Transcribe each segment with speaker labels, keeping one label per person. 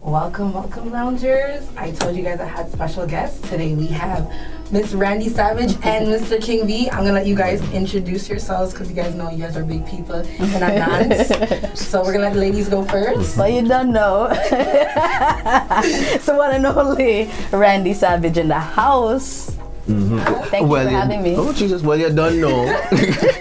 Speaker 1: Welcome, welcome, loungers. I told you guys I had special guests. Today we have Miss Randy Savage and Mr. King V. I'm gonna let you guys introduce yourselves because you guys know you guys are big people and I'm not. so we're gonna let the ladies go first.
Speaker 2: But you don't know. so one and only Randy Savage in the house. Thank
Speaker 3: Mm-hmm. well,
Speaker 2: you for
Speaker 3: you-
Speaker 2: having me.
Speaker 3: Oh Jesus, well you don't know.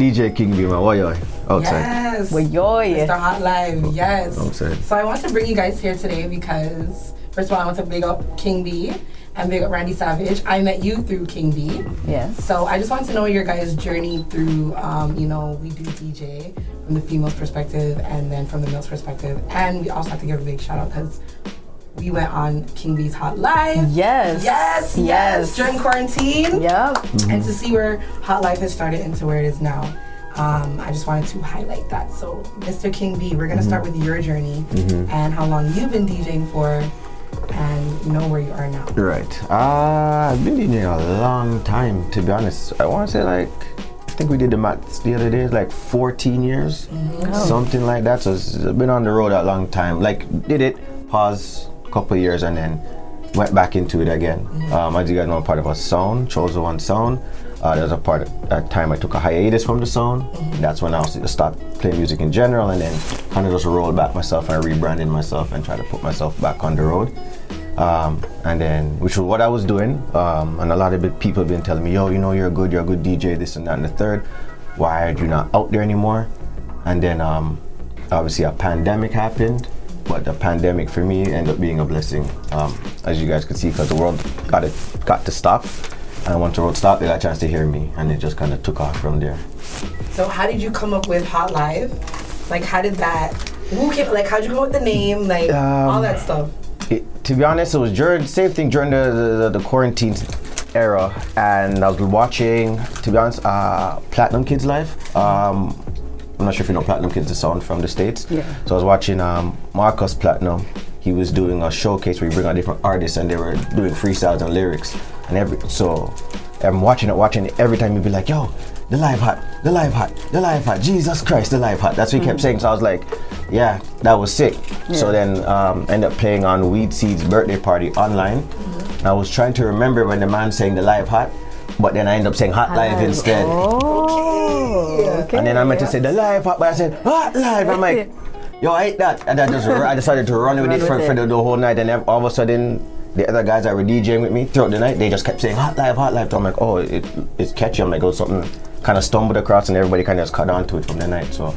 Speaker 3: DJ King B, man, why you outside?
Speaker 1: Yes.
Speaker 2: Well, yo,
Speaker 1: Mr.
Speaker 2: yeah.
Speaker 1: Hot Live, yes.
Speaker 3: Outside.
Speaker 1: So I want to bring you guys here today because first of all I want to big up King B and big up Randy Savage. I met you through King B.
Speaker 2: Yes.
Speaker 1: So I just want to know your guys' journey through, um, you know, we do DJ from the female's perspective and then from the male's perspective. And we also have to give a big shout out because we went on King B's Hot Live.
Speaker 2: Yes.
Speaker 1: Yes, yes,
Speaker 2: Yes.
Speaker 1: during quarantine.
Speaker 2: Yep.
Speaker 1: And to see where Hot Life has started into where it is now. Um, I just wanted to highlight that. So, Mr. King B, we're going to
Speaker 2: Mm-hmm.
Speaker 1: start with your journey and how long you've been DJing for and you know where you are now.
Speaker 3: Right. Uh, I've been DJing a long time, to be honest. I want to say like, I think we did the maths the other day, like 14 years, something like that. So it's I've been on the road a long time. Like did it, pause a couple of years, and then went back into it again. Um, as you guys know, I'm part of a sound, chose the one sound. Uh, there's a part a time I took a hiatus from the sound. That's when I was, stopped playing music in general, and then kind of just rolled back myself and rebranded myself and tried to put myself back on the road um, and then which was what I was doing. Um, and a lot of big people been telling me, "Yo, you know, you're good. You're a good DJ. This and that and the third. Why are you not out there anymore?" And then um, obviously a pandemic happened, but the pandemic for me ended up being a blessing, um, as you guys could see, because the world got it got to stop. And once the world stopped, they got a chance to hear me, and it just kind of took off from there.
Speaker 1: So how did you come up with Hot Live? Like how did that? Who came? Like how'd you come up with the name? Like all that stuff.
Speaker 3: it, to be honest, it was during same thing during the, the, the quarantine era, and I was watching. To be honest, uh, Platinum Kids Live. Um, I'm not sure if you know Platinum Kids, the sound from the states.
Speaker 2: Yeah.
Speaker 3: So I was watching um, Marcus Platinum. He was doing a showcase where he bring out different artists, and they were doing freestyles and lyrics, and every so. I'm watching it, watching it every time. You'd be like, "Yo, the live hot, the live hot, the live hot, Jesus Christ, the live hot." That's what he kept saying. So I was like, "Yeah, that was sick." So then, um, end up playing on Weed Seed's birthday party online. And I was trying to remember when the man saying the live hot, but then I end up saying hot live instead.
Speaker 2: Oh. Okay.
Speaker 3: And then I meant to say the live hot, but I said hot live. I'm like, yo, I hate that. And I just ru- I decided to run with
Speaker 2: Run
Speaker 3: it for,
Speaker 2: with
Speaker 3: for
Speaker 2: it.
Speaker 3: the, the whole night. And then all of a sudden, the other guys that were DJing with me throughout the night, they just kept saying hot live, hot live. So I'm like, oh, it, it's catchy. I'm like, oh, something kind of stumbled across, and everybody kind of just caught on to it from the night. So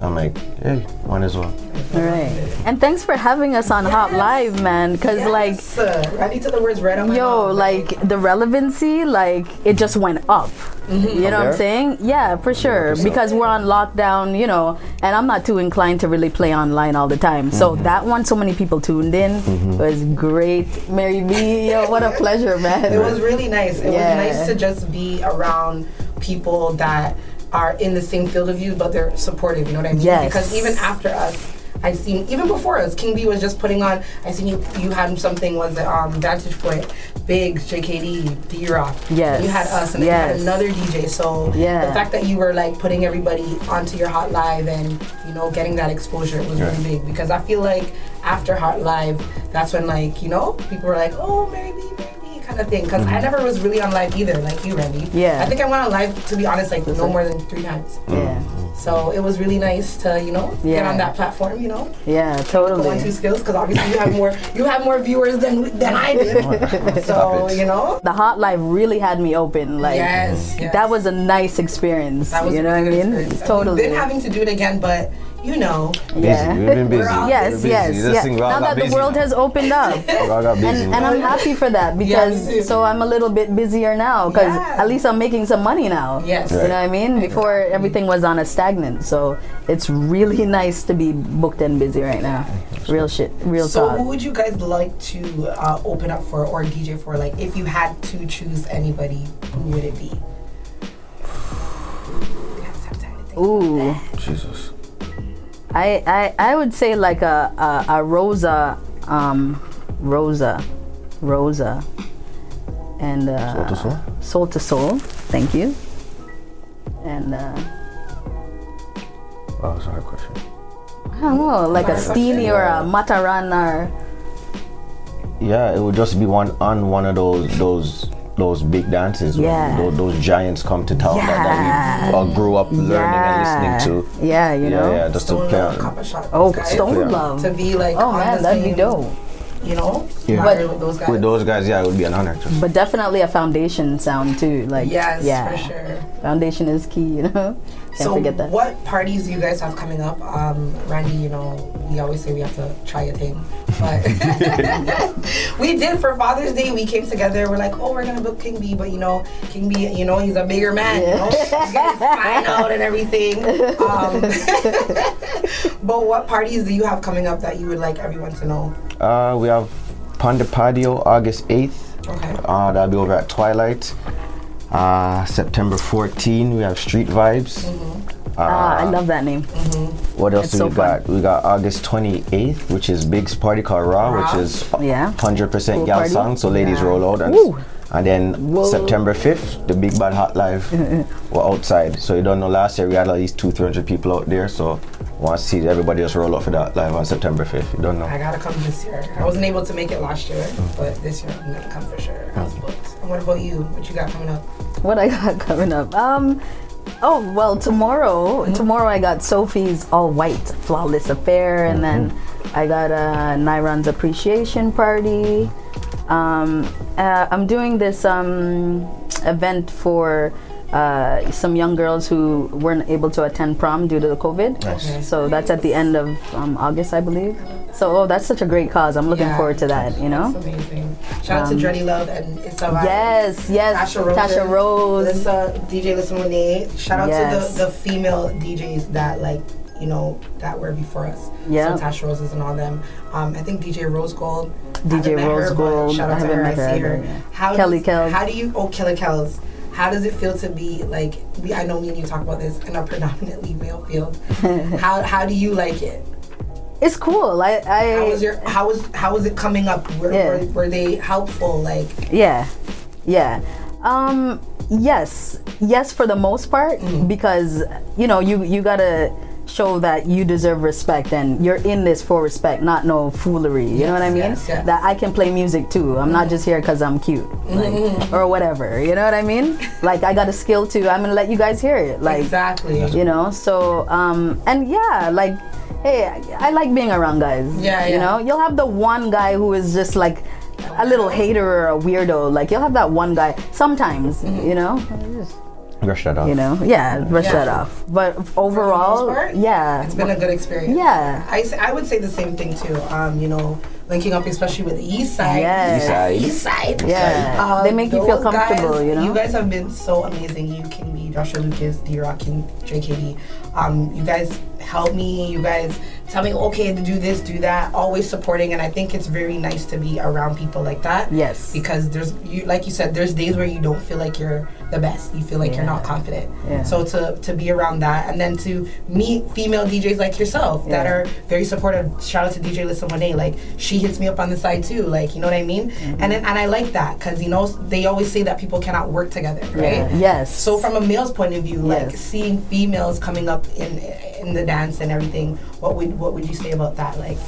Speaker 3: I'm like, hey, might as well.
Speaker 2: All right. And thanks for having us on Hot Live, man. Because like
Speaker 1: Yes, uh, Randy took the words right on my
Speaker 2: Yo,
Speaker 1: mouth.
Speaker 2: like the relevancy, like it just went up.
Speaker 1: Mm-hmm.
Speaker 2: You know what I'm
Speaker 3: Okay.
Speaker 2: saying? Yeah, for sure.
Speaker 3: 100%.
Speaker 2: Because we're on lockdown, you know, and I'm not too inclined to really play online all the time.
Speaker 1: Mm-hmm.
Speaker 2: So that one, so many people tuned in was great. Mary B, yo, what a pleasure, man.
Speaker 1: it was really nice. It
Speaker 2: Yeah.
Speaker 1: was nice to just be around people that are in the same field of you, but they're supportive. You know what I mean?
Speaker 2: Yes.
Speaker 1: Because even after us. I seen even before us, King B was just putting on. I seen you. You had something was it um Vantage Point, Biggs, JKD, D Rock.
Speaker 2: Yes.
Speaker 1: You had us, and then you had
Speaker 2: Yes.
Speaker 1: another DJ. So
Speaker 2: Yeah.
Speaker 1: the fact that you were like putting everybody onto your Hot Live and you know getting that exposure was really big because I feel like after Hot Live, that's when like you know people were like, oh Mary B, Mary B, kind of thing. Because
Speaker 3: Mm-hmm.
Speaker 1: I never was really on live either, like you, Randy.
Speaker 2: Yeah.
Speaker 1: I think I went on live to be honest, like no more than three times.
Speaker 2: yeah,
Speaker 3: Mm-hmm.
Speaker 1: So it was really nice to you know get
Speaker 2: Yeah.
Speaker 1: on that platform, you know,
Speaker 2: yeah,
Speaker 1: the one two
Speaker 2: totally.
Speaker 1: skills because obviously you have more you have more viewers than than I did. so
Speaker 3: Stop it.
Speaker 1: you know.
Speaker 2: The Hot Live really had me open. Like
Speaker 1: Yes, yes.
Speaker 2: that was a nice experience.
Speaker 1: That was
Speaker 2: you
Speaker 1: a
Speaker 2: know what I
Speaker 1: really good
Speaker 2: mean?
Speaker 1: experience. And
Speaker 2: Totally.
Speaker 1: We've been having to do it again, but you know,
Speaker 3: Busy,
Speaker 2: Yeah.
Speaker 3: we've been busy.
Speaker 1: all-
Speaker 3: We're
Speaker 2: yes,
Speaker 3: busy.
Speaker 2: yes,
Speaker 3: This
Speaker 2: yes.
Speaker 3: thing, we all
Speaker 2: Now
Speaker 3: got
Speaker 2: that the
Speaker 3: busy
Speaker 2: world
Speaker 3: now.
Speaker 2: has opened up.
Speaker 3: We all got busy
Speaker 2: and,
Speaker 3: now.
Speaker 2: and
Speaker 1: Oh,
Speaker 2: I'm happy for that because
Speaker 1: too.
Speaker 2: so I'm a little bit busier now because
Speaker 1: Yeah.
Speaker 2: at least I'm making some money now.
Speaker 1: Yes.
Speaker 2: you know what I mean. Before everything was on a stagnant, so it's really nice to be booked and busy right now. Real shit, real
Speaker 1: so who
Speaker 2: talk.
Speaker 1: would you guys like to uh, open up for or DJ for? Like, if you had to choose anybody, who would it be? You guys have time to think.
Speaker 2: Ooh,
Speaker 3: Jesus.
Speaker 2: I, I I would say like a a, a Rosa, um, Rosa, Rosa, and uh,
Speaker 3: Soul to soul?
Speaker 2: Soul to soul. Thank you. And. Uh,
Speaker 3: Wow, that's a hard Oh, question.
Speaker 2: I don't know, like a
Speaker 1: Maracas.
Speaker 2: Steely or a Mataran or
Speaker 3: yeah, it would just be one on one of those those those big dances. when
Speaker 2: Yeah.
Speaker 3: tho- Those, giants come to town that, that we
Speaker 2: Yeah.
Speaker 3: all grew up learning
Speaker 2: yeah.
Speaker 3: and listening to.
Speaker 2: Yeah, you
Speaker 3: yeah,
Speaker 2: know.
Speaker 3: yeah, just to
Speaker 1: Stone
Speaker 3: play
Speaker 1: Love,
Speaker 3: on.
Speaker 1: Copper Shot,
Speaker 2: Oh,
Speaker 1: those guys.
Speaker 2: Stone
Speaker 3: Yeah.
Speaker 2: Love.
Speaker 1: To be like,
Speaker 2: Oh
Speaker 1: on
Speaker 2: man,
Speaker 1: the
Speaker 2: that'd be
Speaker 1: same,
Speaker 2: dope.
Speaker 1: You know,
Speaker 3: Yeah.
Speaker 1: yeah.
Speaker 2: But-
Speaker 1: with those guys.
Speaker 3: With those guys, yeah, it would be an honor. Just.
Speaker 2: But definitely a foundation sound too. Like
Speaker 1: yes,
Speaker 2: yeah,
Speaker 1: for sure.
Speaker 2: foundation is key. You know, can't
Speaker 1: so
Speaker 2: forget that.
Speaker 1: what parties do you guys have coming up? Um, Randy, you know, we always say we have to try a thing, but we did for Father's Day. We came together. We're like, oh, we're gonna book King B, but you know, King B, you know, he's a bigger man. You know, he's gonna find out and everything. Um, but what parties do you have coming up that you would like everyone to know?
Speaker 3: Uh, we have Panda Patio August 8th.
Speaker 1: Okay.
Speaker 3: Uh, that'll be over at Twilight. Uh, September 14, we have Street Vibes.
Speaker 2: ah, I love that name.
Speaker 3: What else
Speaker 2: It's
Speaker 3: do
Speaker 2: so
Speaker 3: we got? We got August 28th, which is Big's party called Raw,
Speaker 1: Raw.
Speaker 3: which is
Speaker 2: Yeah.
Speaker 3: 100%
Speaker 2: Pool
Speaker 3: gal
Speaker 2: party.
Speaker 3: song, so ladies roll out. And,
Speaker 2: Woo.
Speaker 3: and then
Speaker 2: Whoa.
Speaker 3: September 5th, the Big Bad Hot Live, we're outside. So you don't know, last year we had at least two, 300 people out there, so want to see everybody just roll out for that live on September 5th. You don't know.
Speaker 1: I gotta come this year. I wasn't able to make it last year, but this year I'm gonna come for sure. I was booked. And what about you? What you got coming up?
Speaker 2: What I got coming up? Um, oh well, tomorrow.
Speaker 1: Mm-hmm.
Speaker 2: Tomorrow I got Sophie's All White Flawless Affair, and
Speaker 1: Mm-hmm.
Speaker 2: then I got a Nyron's Appreciation Party. Um, uh, I'm doing this um event for. Uh, some young girls who weren't able to attend prom due to the COVID.
Speaker 3: Nice. Okay.
Speaker 2: So that's at the end of um, August, I believe. So, oh, that's such a great cause. I'm looking
Speaker 1: Yeah.
Speaker 2: forward to that, you know? Um,
Speaker 1: That's amazing. Shout out to Dreddy Love and It's a Vibe.
Speaker 2: Yes, yes.
Speaker 1: Tasha Rose.
Speaker 2: Tasha Rose.
Speaker 1: Alyssa, DJ Listen Renee. Shout out
Speaker 2: Yes.
Speaker 1: to the, the female DJs that like, you know, that were before us.
Speaker 2: Yeah.
Speaker 1: So Tasha Roses and all them. Um, I think DJ Rose Gold.
Speaker 2: DJ
Speaker 1: haven't met her,
Speaker 2: Rose
Speaker 1: but
Speaker 2: Gold.
Speaker 1: Shout
Speaker 2: I
Speaker 1: out to
Speaker 2: haven't
Speaker 1: her. I
Speaker 2: met her
Speaker 1: see her.
Speaker 2: either, yeah.
Speaker 1: How
Speaker 2: Kelly
Speaker 1: does,
Speaker 2: Kells.
Speaker 1: How do you, oh, Kelly Kells. How does it feel to be like, we, I know me and you talk about this in a predominantly male field. how, how do you like it?
Speaker 2: It's cool. I, I
Speaker 1: How was your, how was, how was it coming up? Were,
Speaker 2: Yeah.
Speaker 1: were, were they helpful? Like,
Speaker 2: yeah yeah um yes yes for the most part
Speaker 1: Mm-hmm.
Speaker 2: because you know you you gotta show that you deserve respect and you're in this for respect not no foolery you know what i mean
Speaker 1: yes, yes.
Speaker 2: that i can play music too i'm not just here because i'm cute like,
Speaker 1: Mm-hmm.
Speaker 2: or whatever you know what i mean like i got a skill too i'm gonna let you guys hear it like
Speaker 1: exactly.
Speaker 2: you know so um and yeah like hey i, I like being around guys
Speaker 1: Yeah,
Speaker 2: you
Speaker 1: yeah.
Speaker 2: know you'll have the one guy who is just like a little hater or a weirdo like you'll have that one guy sometimes
Speaker 1: Mm-hmm.
Speaker 2: you know
Speaker 3: Brush that off.
Speaker 2: you know yeah brush that off but overall
Speaker 1: part,
Speaker 2: yeah
Speaker 1: It's been a good experience.
Speaker 2: yeah
Speaker 1: I, s- I would say the same thing too. Um, you know, linking up especially with the East Side.
Speaker 2: Yes.
Speaker 3: East Side.
Speaker 1: East Side.
Speaker 2: yeah
Speaker 1: Uh,
Speaker 2: they make you feel
Speaker 1: those guys-
Speaker 2: comfortable you know
Speaker 1: You guys have been so amazing. You King B, Joshua Lucas, D Rock, King JKD. Um, you guys help me. You guys tell me okay to do this, do that. Always supporting, and I think it's very nice to be around people like that.
Speaker 2: Yes.
Speaker 1: Because there's you like you said, there's days where you don't feel like you're the best. You feel like you're not confident.
Speaker 2: Yeah.
Speaker 1: So to to be around that, and then to meet female DJs like yourself that
Speaker 2: Yeah.
Speaker 1: are very supportive. Shout out to DJ Listen Monet. Like she hits me up on the side too. Like you know what I mean.
Speaker 2: Mm-hmm.
Speaker 1: And then, and I like that because you know they always say that people cannot work together, right?
Speaker 2: yes
Speaker 1: So from a male's point of view, like
Speaker 2: Yes.
Speaker 1: seeing females coming up in in the dance and everything, what would what would you say about that? Like,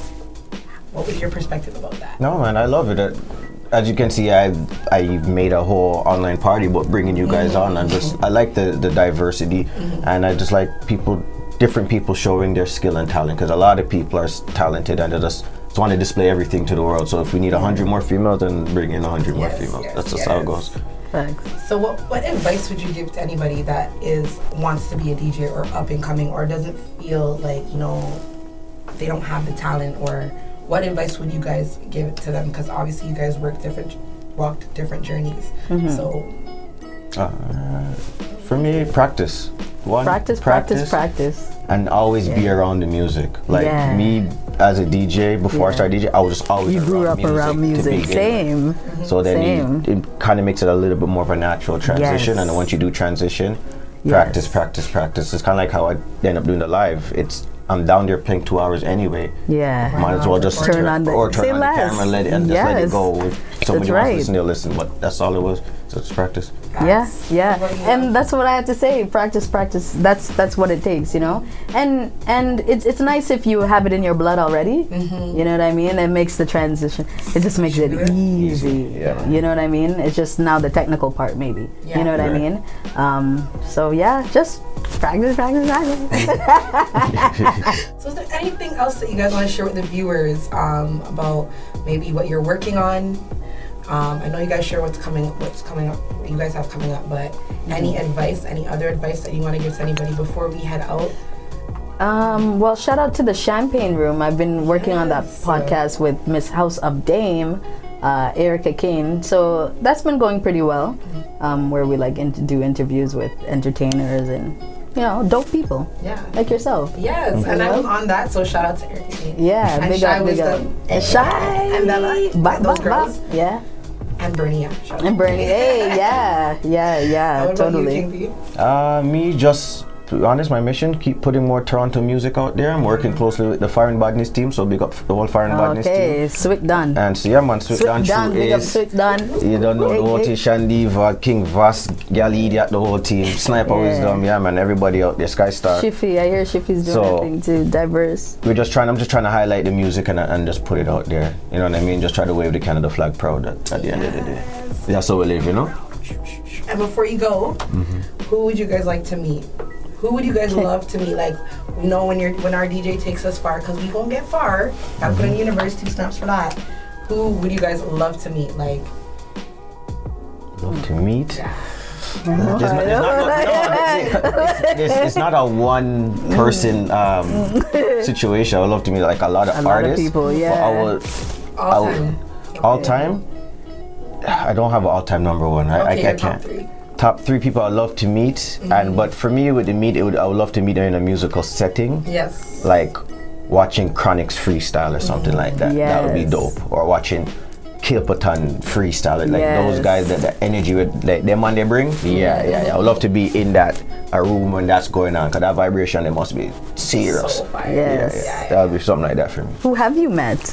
Speaker 1: what was your perspective about that?
Speaker 3: No, man, I love it. Uh, As you can see, I've I made a whole online party, but bringing you guys on, and just I like the the diversity, and I just like people, different people showing their skill and talent, because a lot of people are s- talented and they just. Want to display everything to the world, so if we need hundred more females, then bring in hundred more
Speaker 1: Yes,
Speaker 3: females.
Speaker 1: yes,
Speaker 3: That's just how it
Speaker 1: yes.
Speaker 3: goes.
Speaker 2: Thanks.
Speaker 1: So what what advice would you give to anybody that is wants to be a DJ or up and coming or doesn't feel like you know they don't have the talent or what advice would you guys give to them? Because obviously you guys work different, walked different journeys. So
Speaker 3: Uh, for me, practice. One,
Speaker 2: practice practice practice
Speaker 3: and always be around the music. Like
Speaker 2: Yeah.
Speaker 3: me as a DJ, before I
Speaker 2: Yeah.
Speaker 3: started DJ, I was just always
Speaker 2: you grew up
Speaker 3: around music
Speaker 2: around
Speaker 3: to
Speaker 2: music
Speaker 3: begin with.
Speaker 2: same
Speaker 3: So then
Speaker 2: Same.
Speaker 3: you, it kind of makes it a little bit more of a natural transition. And then
Speaker 2: Yes.
Speaker 3: once you do transition,
Speaker 2: Yes.
Speaker 3: practice, practice, practice. It's kind of like how I end up doing the live. It's I'm down there playing two hours anyway.
Speaker 2: yeah
Speaker 3: Might as well just
Speaker 2: Turn on the-
Speaker 3: or turn
Speaker 2: say
Speaker 3: on
Speaker 2: less.
Speaker 3: the camera, let it and just let it
Speaker 2: Yes.
Speaker 3: go. If somebody wants
Speaker 2: right.
Speaker 3: to listen, they'll listen. But that's all it was. So just practice.
Speaker 2: Yeah,
Speaker 1: Facts.
Speaker 2: yeah,
Speaker 1: What about you?
Speaker 2: and that's what I had to say. Practice, practice. That's that's what it takes, you know. And and it's it's nice if you have it in your blood already.
Speaker 1: Mm-hmm.
Speaker 2: You know what I mean? It makes the transition. It just makes it
Speaker 1: Smoother.
Speaker 2: easy.
Speaker 3: Yeah.
Speaker 2: You know what I mean? It's just now the technical part, maybe.
Speaker 1: Yeah.
Speaker 2: You know what I
Speaker 3: Right.
Speaker 2: mean? Um, so yeah, just practice, practice, practice.
Speaker 1: So, is there anything else that you guys want to share with the viewers um, about maybe what you're working on? Um, I know you guys share what's coming, what's coming up, what you guys have coming up, but any advice, any other advice that you want to give to anybody before we head out?
Speaker 2: Um, well, shout out to the Champagne Room. I've been working on that
Speaker 1: Yes.
Speaker 2: podcast with Miss House of Dame, uh, Erica Kane. So that's been going pretty well, um, where we like in- do interviews with entertainers and you know dope people
Speaker 1: Yeah.
Speaker 2: like yourself.
Speaker 1: Yes, and I was on that, so shout out to Erica. Kane.
Speaker 2: Yeah,
Speaker 1: and
Speaker 2: big
Speaker 1: Shy
Speaker 2: up, big up.
Speaker 1: Wisdom
Speaker 2: And shy.
Speaker 1: And Bella,
Speaker 2: Bop,
Speaker 1: those
Speaker 2: bop,
Speaker 1: girls.
Speaker 2: bop. Yeah.
Speaker 1: and Bernie. Yeah, shout out.
Speaker 2: And Bernie. hey, yeah, yeah, yeah,
Speaker 1: What about
Speaker 2: totally.
Speaker 1: you, King P?
Speaker 3: Uh, me just to be honest, my mission keep putting more Toronto music out there. I'm working closely with the Fire and Badness team, so big up the whole Fire and Badness team.
Speaker 2: okay, Swick done.
Speaker 3: And so yeah, man, Swift
Speaker 2: Swick
Speaker 3: Dance
Speaker 2: done, big up
Speaker 3: is.
Speaker 2: Swick done.
Speaker 3: You don't know the whole team, Shandiva, King Vass, Gal Idiot, the whole team, Sniper
Speaker 2: Yeah.
Speaker 3: Wisdom, yeah man, everybody out there, Sky Star.
Speaker 2: Shiffy, I hear Shiffy's doing
Speaker 3: So-
Speaker 2: her thing too, diverse.
Speaker 3: We're just trying. I'm just trying to highlight the music and, and just put it out there. You know what I mean? Just try to wave the Canada flag proud at, at the end of the day. That's how we live, you know.
Speaker 1: And before you go,
Speaker 3: Mm-hmm.
Speaker 1: who would you guys like to meet? Who would you guys love to meet? Like, we know when you're when our DJ takes us far, because we gonna get far. I put in
Speaker 3: Mm-hmm.
Speaker 1: university snaps for that. Who would you guys love to meet? Like,
Speaker 3: Love to meet.
Speaker 1: Yeah.
Speaker 3: There's not- there's not- no, no, it's- it's- It's not a one person um, situation. I would love to meet like a lot of
Speaker 2: A lot of
Speaker 3: artists.
Speaker 2: people,
Speaker 3: but
Speaker 2: yeah.
Speaker 3: I will, I
Speaker 1: all
Speaker 3: will-
Speaker 1: time.
Speaker 3: all time. I don't have an all time number one. I,
Speaker 1: Okay,
Speaker 3: I, I
Speaker 1: your top
Speaker 3: can't.
Speaker 1: three.
Speaker 3: Top three people I love to meet, and
Speaker 2: Mm-hmm.
Speaker 3: but for me with the meet, it would, I would love to meet them in a musical setting.
Speaker 1: Yes.
Speaker 3: like watching Chronix freestyle or something like that. That would be
Speaker 2: Yes.
Speaker 3: dope. Or watching Kilpaton freestyle. Like
Speaker 2: Yes.
Speaker 3: those guys that the energy with like them on they bring. Yeah, yeah, yeah. I would love to be in that a room when that's going on because that vibration they must be serious.
Speaker 1: So fire.
Speaker 2: Yes.
Speaker 3: That would be something like that for me.
Speaker 2: Who have you met?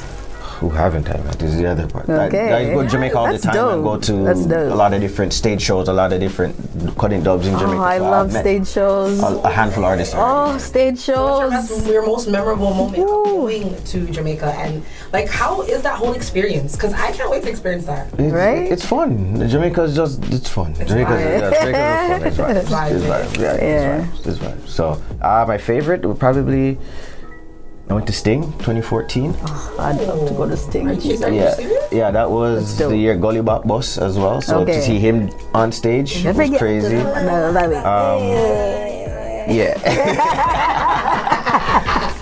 Speaker 3: Who haven't I met? This is the other part. Like,
Speaker 2: Okay.
Speaker 3: I, go to Jamaica all
Speaker 2: That's
Speaker 3: the time and
Speaker 2: dope.
Speaker 3: go
Speaker 2: That's
Speaker 3: to
Speaker 2: dope.
Speaker 3: a lot of different stage shows, a lot of different cutting dubs in Jamaica.
Speaker 2: Oh, I
Speaker 3: So I've
Speaker 2: love
Speaker 3: met
Speaker 2: stage shows.
Speaker 3: A, a handful of artists. already.
Speaker 2: Oh, stage
Speaker 1: What's your,
Speaker 2: shows.
Speaker 1: best, your most memorable moment of
Speaker 2: Ooh.
Speaker 1: going to Jamaica and like how is that whole experience? Because I can't wait to experience that.
Speaker 3: It's,
Speaker 2: Right?
Speaker 3: It's fun. Jamaica's just it's fun. Jamaica's
Speaker 1: vibe.
Speaker 3: yeah, Jamaica's just fun. It's vibes. It's
Speaker 1: Vibe.
Speaker 3: vibes. Yeah,
Speaker 2: Yeah.
Speaker 3: it's vibes. It's vibes. So uh, my favorite would probably I went to Sting 2014.
Speaker 2: I'd love to go to Sting.
Speaker 1: Are you serious? Are you
Speaker 3: Yeah,
Speaker 1: serious?
Speaker 3: yeah, that was
Speaker 2: That's dope.
Speaker 3: the year Gully Bop Boss as well. So
Speaker 2: Okay.
Speaker 3: to see him on stage
Speaker 2: Never
Speaker 3: was
Speaker 2: get-
Speaker 3: crazy. Oh,
Speaker 2: No, that way.
Speaker 3: Yeah.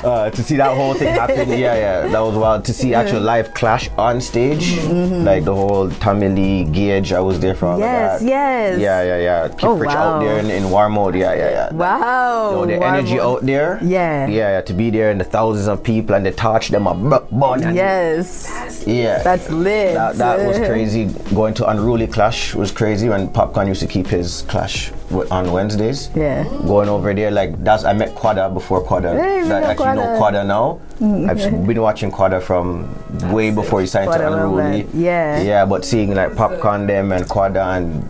Speaker 3: Uh, to see that whole thing happen, yeah, yeah, that was wild. To see actual live clash on stage, like the whole Tommy Lee Gage, I was there for all
Speaker 2: Mm-hmm. Yes,
Speaker 3: of that.
Speaker 2: yes.
Speaker 3: Yeah, yeah, yeah. Keep
Speaker 2: Oh,
Speaker 3: rich out there
Speaker 2: wow.
Speaker 3: in, in war mode, yeah, yeah, yeah.
Speaker 2: Wow.
Speaker 3: So the
Speaker 2: wow.
Speaker 3: energy out there,
Speaker 2: Yeah.
Speaker 3: yeah, yeah, to be there and the thousands of people and the torch them a bu- burn, and-
Speaker 2: Yes.
Speaker 3: yeah,
Speaker 2: That's lit.
Speaker 3: that, that was crazy. Going to Unruly Clash was crazy when Popcorn used to keep his clash w- on Wednesdays.
Speaker 2: Yeah.
Speaker 3: Going over there, like that's I met Quada before Quada.
Speaker 2: Hey, we
Speaker 3: Like,
Speaker 2: know
Speaker 3: actually know
Speaker 2: Quadda.
Speaker 3: Quada now. I've s- been watching Quada from way before he signed
Speaker 2: Quadda
Speaker 3: to
Speaker 2: Love
Speaker 3: Unruly.
Speaker 2: Land. Yeah.
Speaker 3: Yeah, but seeing like Popcorn them and Quada and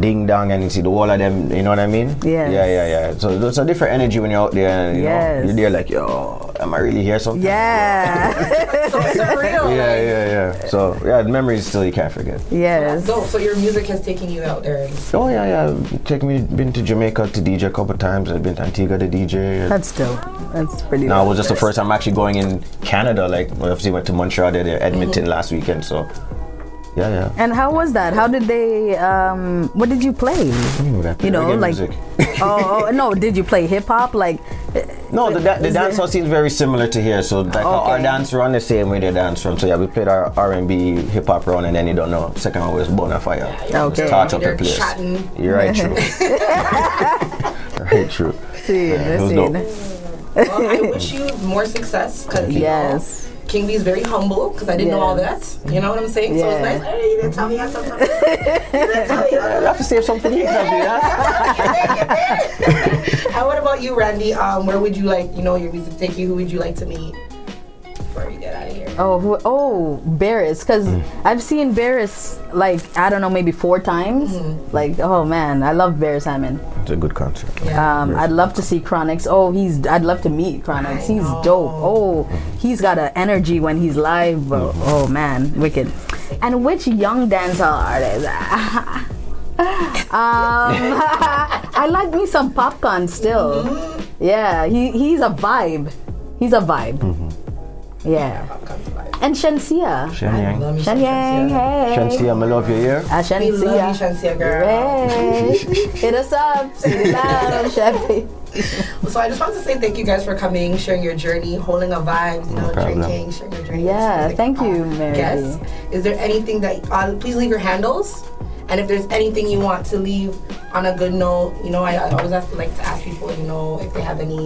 Speaker 3: Ding Dong and you see the wall of them, you know what I mean?
Speaker 2: Yes.
Speaker 3: Yeah, yeah, yeah. So it's a different energy when you're out there and you
Speaker 2: Yes.
Speaker 3: know you're there like, yo, am I really here sometimes?
Speaker 2: Yeah.
Speaker 1: Surreal.
Speaker 3: Yeah, yeah, yeah. So yeah, the memories still you can't forget.
Speaker 2: yes.
Speaker 1: So, so your music has taken you out there.
Speaker 3: Oh yeah, yeah. Take me been to Jamaica to DJ a couple times. I've been to Antigua to DJ.
Speaker 2: That's dope. That's pretty.
Speaker 3: Now it
Speaker 2: dope.
Speaker 3: was just the first time I'm actually going in Canada. Like we obviously went to Montreal, did it, Edmonton last weekend. So yeah, yeah.
Speaker 2: And how was that? How did they? Um, what did you play? You know,
Speaker 3: Reggae
Speaker 2: like.
Speaker 3: music.
Speaker 2: oh, oh, no! Did you play hip hop? Like,
Speaker 3: No, the, da- the
Speaker 2: Is it-
Speaker 3: dance hall seems very similar to here. So like our- our
Speaker 2: Okay.
Speaker 3: dance run the same way they dance from. So yeah, we played our R and B, hip hop round, and then you don't know. Second one was Bonafire.
Speaker 2: you're
Speaker 3: Just
Speaker 2: Okay.
Speaker 3: touch up
Speaker 1: You're
Speaker 3: the place.
Speaker 1: chatting.
Speaker 3: You're right, true. right, true.
Speaker 2: see,
Speaker 3: Yeah, it was
Speaker 2: see.
Speaker 3: dope.
Speaker 1: Well, I wish you more success because
Speaker 2: Yes.
Speaker 1: King B is very humble because I didn't know all that. You know what I'm saying? So it's
Speaker 2: Yeah.
Speaker 1: nice. Hey, you didn't tell me I something. you didn't tell me.
Speaker 3: I have to save something. for the interview, yeah?
Speaker 1: And what about you, Randy? Um, where would you like you know your music to take you? Who would you like to meet before we get out of here?
Speaker 2: Oh, who, oh, Barris, because I've seen Barris like I don't know, maybe four times. Like, oh man, I love Barris Hammond.
Speaker 3: It's a good concert.
Speaker 1: Yeah.
Speaker 2: Um, I'd love to see Chronix. Oh, he's. I'd love to meet Chronix. He's dope. Oh, he's got an energy when he's live. But, oh man, wicked. And which young dancehall artist? um, I like me some popcorn still. Yeah, he he's a vibe. He's a vibe. Yeah.
Speaker 1: Pop comes alive.
Speaker 2: And Shensia.
Speaker 1: I
Speaker 3: Shenyang.
Speaker 1: love me some
Speaker 2: Shenyang,
Speaker 1: Shansia.
Speaker 2: hey.
Speaker 3: Shansi, I'm love your ear.
Speaker 2: Ah,
Speaker 1: We love you,
Speaker 2: Shensia.
Speaker 1: Shansia girl.
Speaker 2: Hey. Hit us up. City Lounge, Chevy.
Speaker 1: So I just want to say thank you guys for coming, sharing your journey, holding a vibe, you know,
Speaker 3: problem.
Speaker 1: drinking, sharing your journey.
Speaker 2: Yeah, thank you, Mary.
Speaker 1: Yes. Is there anything that uh, please leave your handles, and if there's anything you want to leave on a good note, you know, I, I always have to like to ask people, you know, if they have any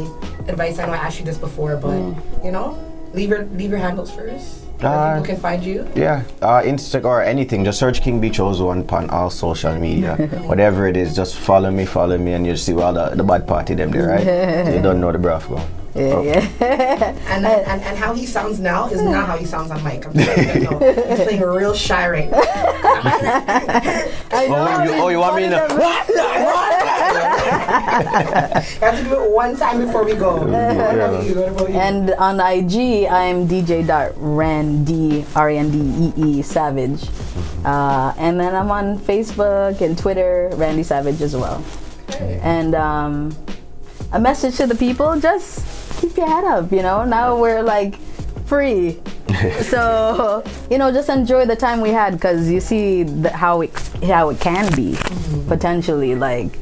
Speaker 1: advice. I know I asked you this before, but
Speaker 2: Mm.
Speaker 1: you know, leave your leave your handles first.
Speaker 3: Uh,
Speaker 1: where people can find you.
Speaker 3: Yeah, uh, Instagram or anything. Just search King Beach Ozo upon all social media. Whatever it is, just follow me, follow me, and you'll see all the, the bad party them there, right? You don't know the Oh. breath go.
Speaker 2: Yeah, yeah. Uh,
Speaker 1: And, and and how he sounds now is not how he sounds on mic. I'm sorry, but no. he's playing real shy right now.
Speaker 2: I know.
Speaker 3: you, oh, you want me to?
Speaker 1: You have to do it one time before we go.
Speaker 3: Yeah.
Speaker 1: You go to-
Speaker 2: And on IG, I'm DJ dot Randy R A N D E E Savage, uh, and then I'm on Facebook and Twitter, Randy Savage as well. And um, a message to the people: just keep your head up. You know, now we're like free, so you know, just enjoy the time we had because you see the, how it how it can be potentially like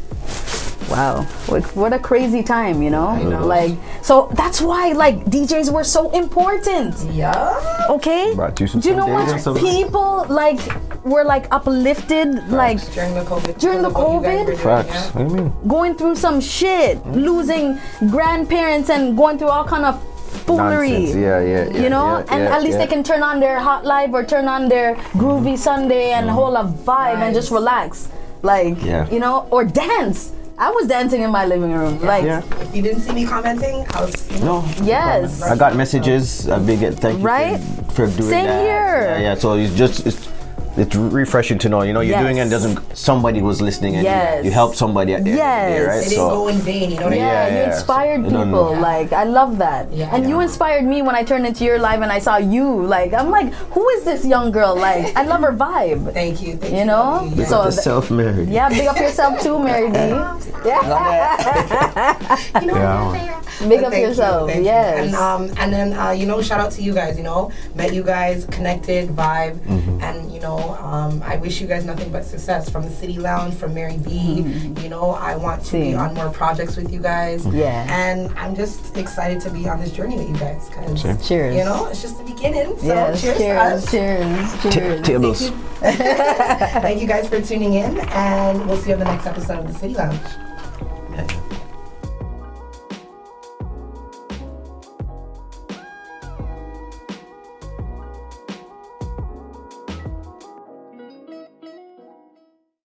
Speaker 2: Wow, like what a crazy time, you know? Like so that's why like DJs were so important.
Speaker 1: Yeah.
Speaker 2: Okay?
Speaker 3: Brought you some
Speaker 2: Do you know
Speaker 3: days and
Speaker 2: what
Speaker 3: some-
Speaker 2: people like were like uplifted like
Speaker 1: During the COVID.
Speaker 2: During the
Speaker 1: what you guys
Speaker 2: COVID?
Speaker 1: were doing,
Speaker 3: Facts. What do you mean?
Speaker 2: going through some shit,
Speaker 3: Mm-hmm.
Speaker 2: losing grandparents and going through all kind of foolery.
Speaker 3: Nonsense. Yeah, yeah, yeah.
Speaker 2: you know,
Speaker 3: yeah,
Speaker 2: and
Speaker 3: yeah,
Speaker 2: at least
Speaker 3: yeah. Mm-hmm.
Speaker 2: they can turn on their hot live or turn on their groovy Sunday and hold a vibe and just relax, like
Speaker 3: Yeah.
Speaker 2: you know, or dance. I was dancing in my living room, like
Speaker 3: Yeah.
Speaker 1: Yeah. If you didn't see me commenting, I was.
Speaker 3: No.
Speaker 2: yes.
Speaker 3: I got messages. A big thank you for-
Speaker 2: Right?
Speaker 3: for, doing
Speaker 2: Same
Speaker 3: that.
Speaker 2: here.
Speaker 3: Yeah, yeah. So it's just it's it's refreshing to know. You know, you're doing it. and
Speaker 2: Yes.
Speaker 3: Doesn't somebody was listening and you-
Speaker 2: Yes.
Speaker 3: you, helped somebody at the end of the
Speaker 2: Yes.
Speaker 3: day, right?
Speaker 1: It didn't go in vain. You know what I mean?
Speaker 2: Yeah,
Speaker 3: Yeah,
Speaker 2: you
Speaker 3: yeah.
Speaker 2: inspired
Speaker 3: I don't
Speaker 2: people.
Speaker 3: know.
Speaker 2: Like I love that.
Speaker 1: Yeah.
Speaker 2: And you inspired me when I turned into your live and I saw you. Like I'm like, who is this young girl? Like I love her vibe.
Speaker 1: Thank you. Thank you.
Speaker 2: You know?
Speaker 1: Yeah.
Speaker 2: So th-
Speaker 3: self married.
Speaker 2: yeah, big up yourself too, Mary D. Yeah.
Speaker 1: You know,
Speaker 3: Yeah.
Speaker 2: Big
Speaker 1: But
Speaker 2: up
Speaker 1: thank you,
Speaker 2: yourself.
Speaker 1: thank you.
Speaker 2: yes.
Speaker 1: And um, and then uh, you know, shout out to you guys. You know, met you guys, connected, vibe, and you know, um, I wish you guys nothing but success from the City Lounge, from Mary B. You know, I want to be
Speaker 2: Mm-hmm. Same.
Speaker 1: on more projects with you guys.
Speaker 2: Yeah.
Speaker 1: And I'm just excited to be on this journey with you guys. Cause,
Speaker 2: Cheers.
Speaker 1: You know, it's just the beginning. So
Speaker 2: yes.
Speaker 1: cheers. to
Speaker 2: Cheers.
Speaker 1: us.
Speaker 2: Cheers. Cheers.
Speaker 3: Tables.
Speaker 1: Thank you guys for tuning in, and we'll see you on the next episode of the City Lounge.
Speaker 3: Yeah.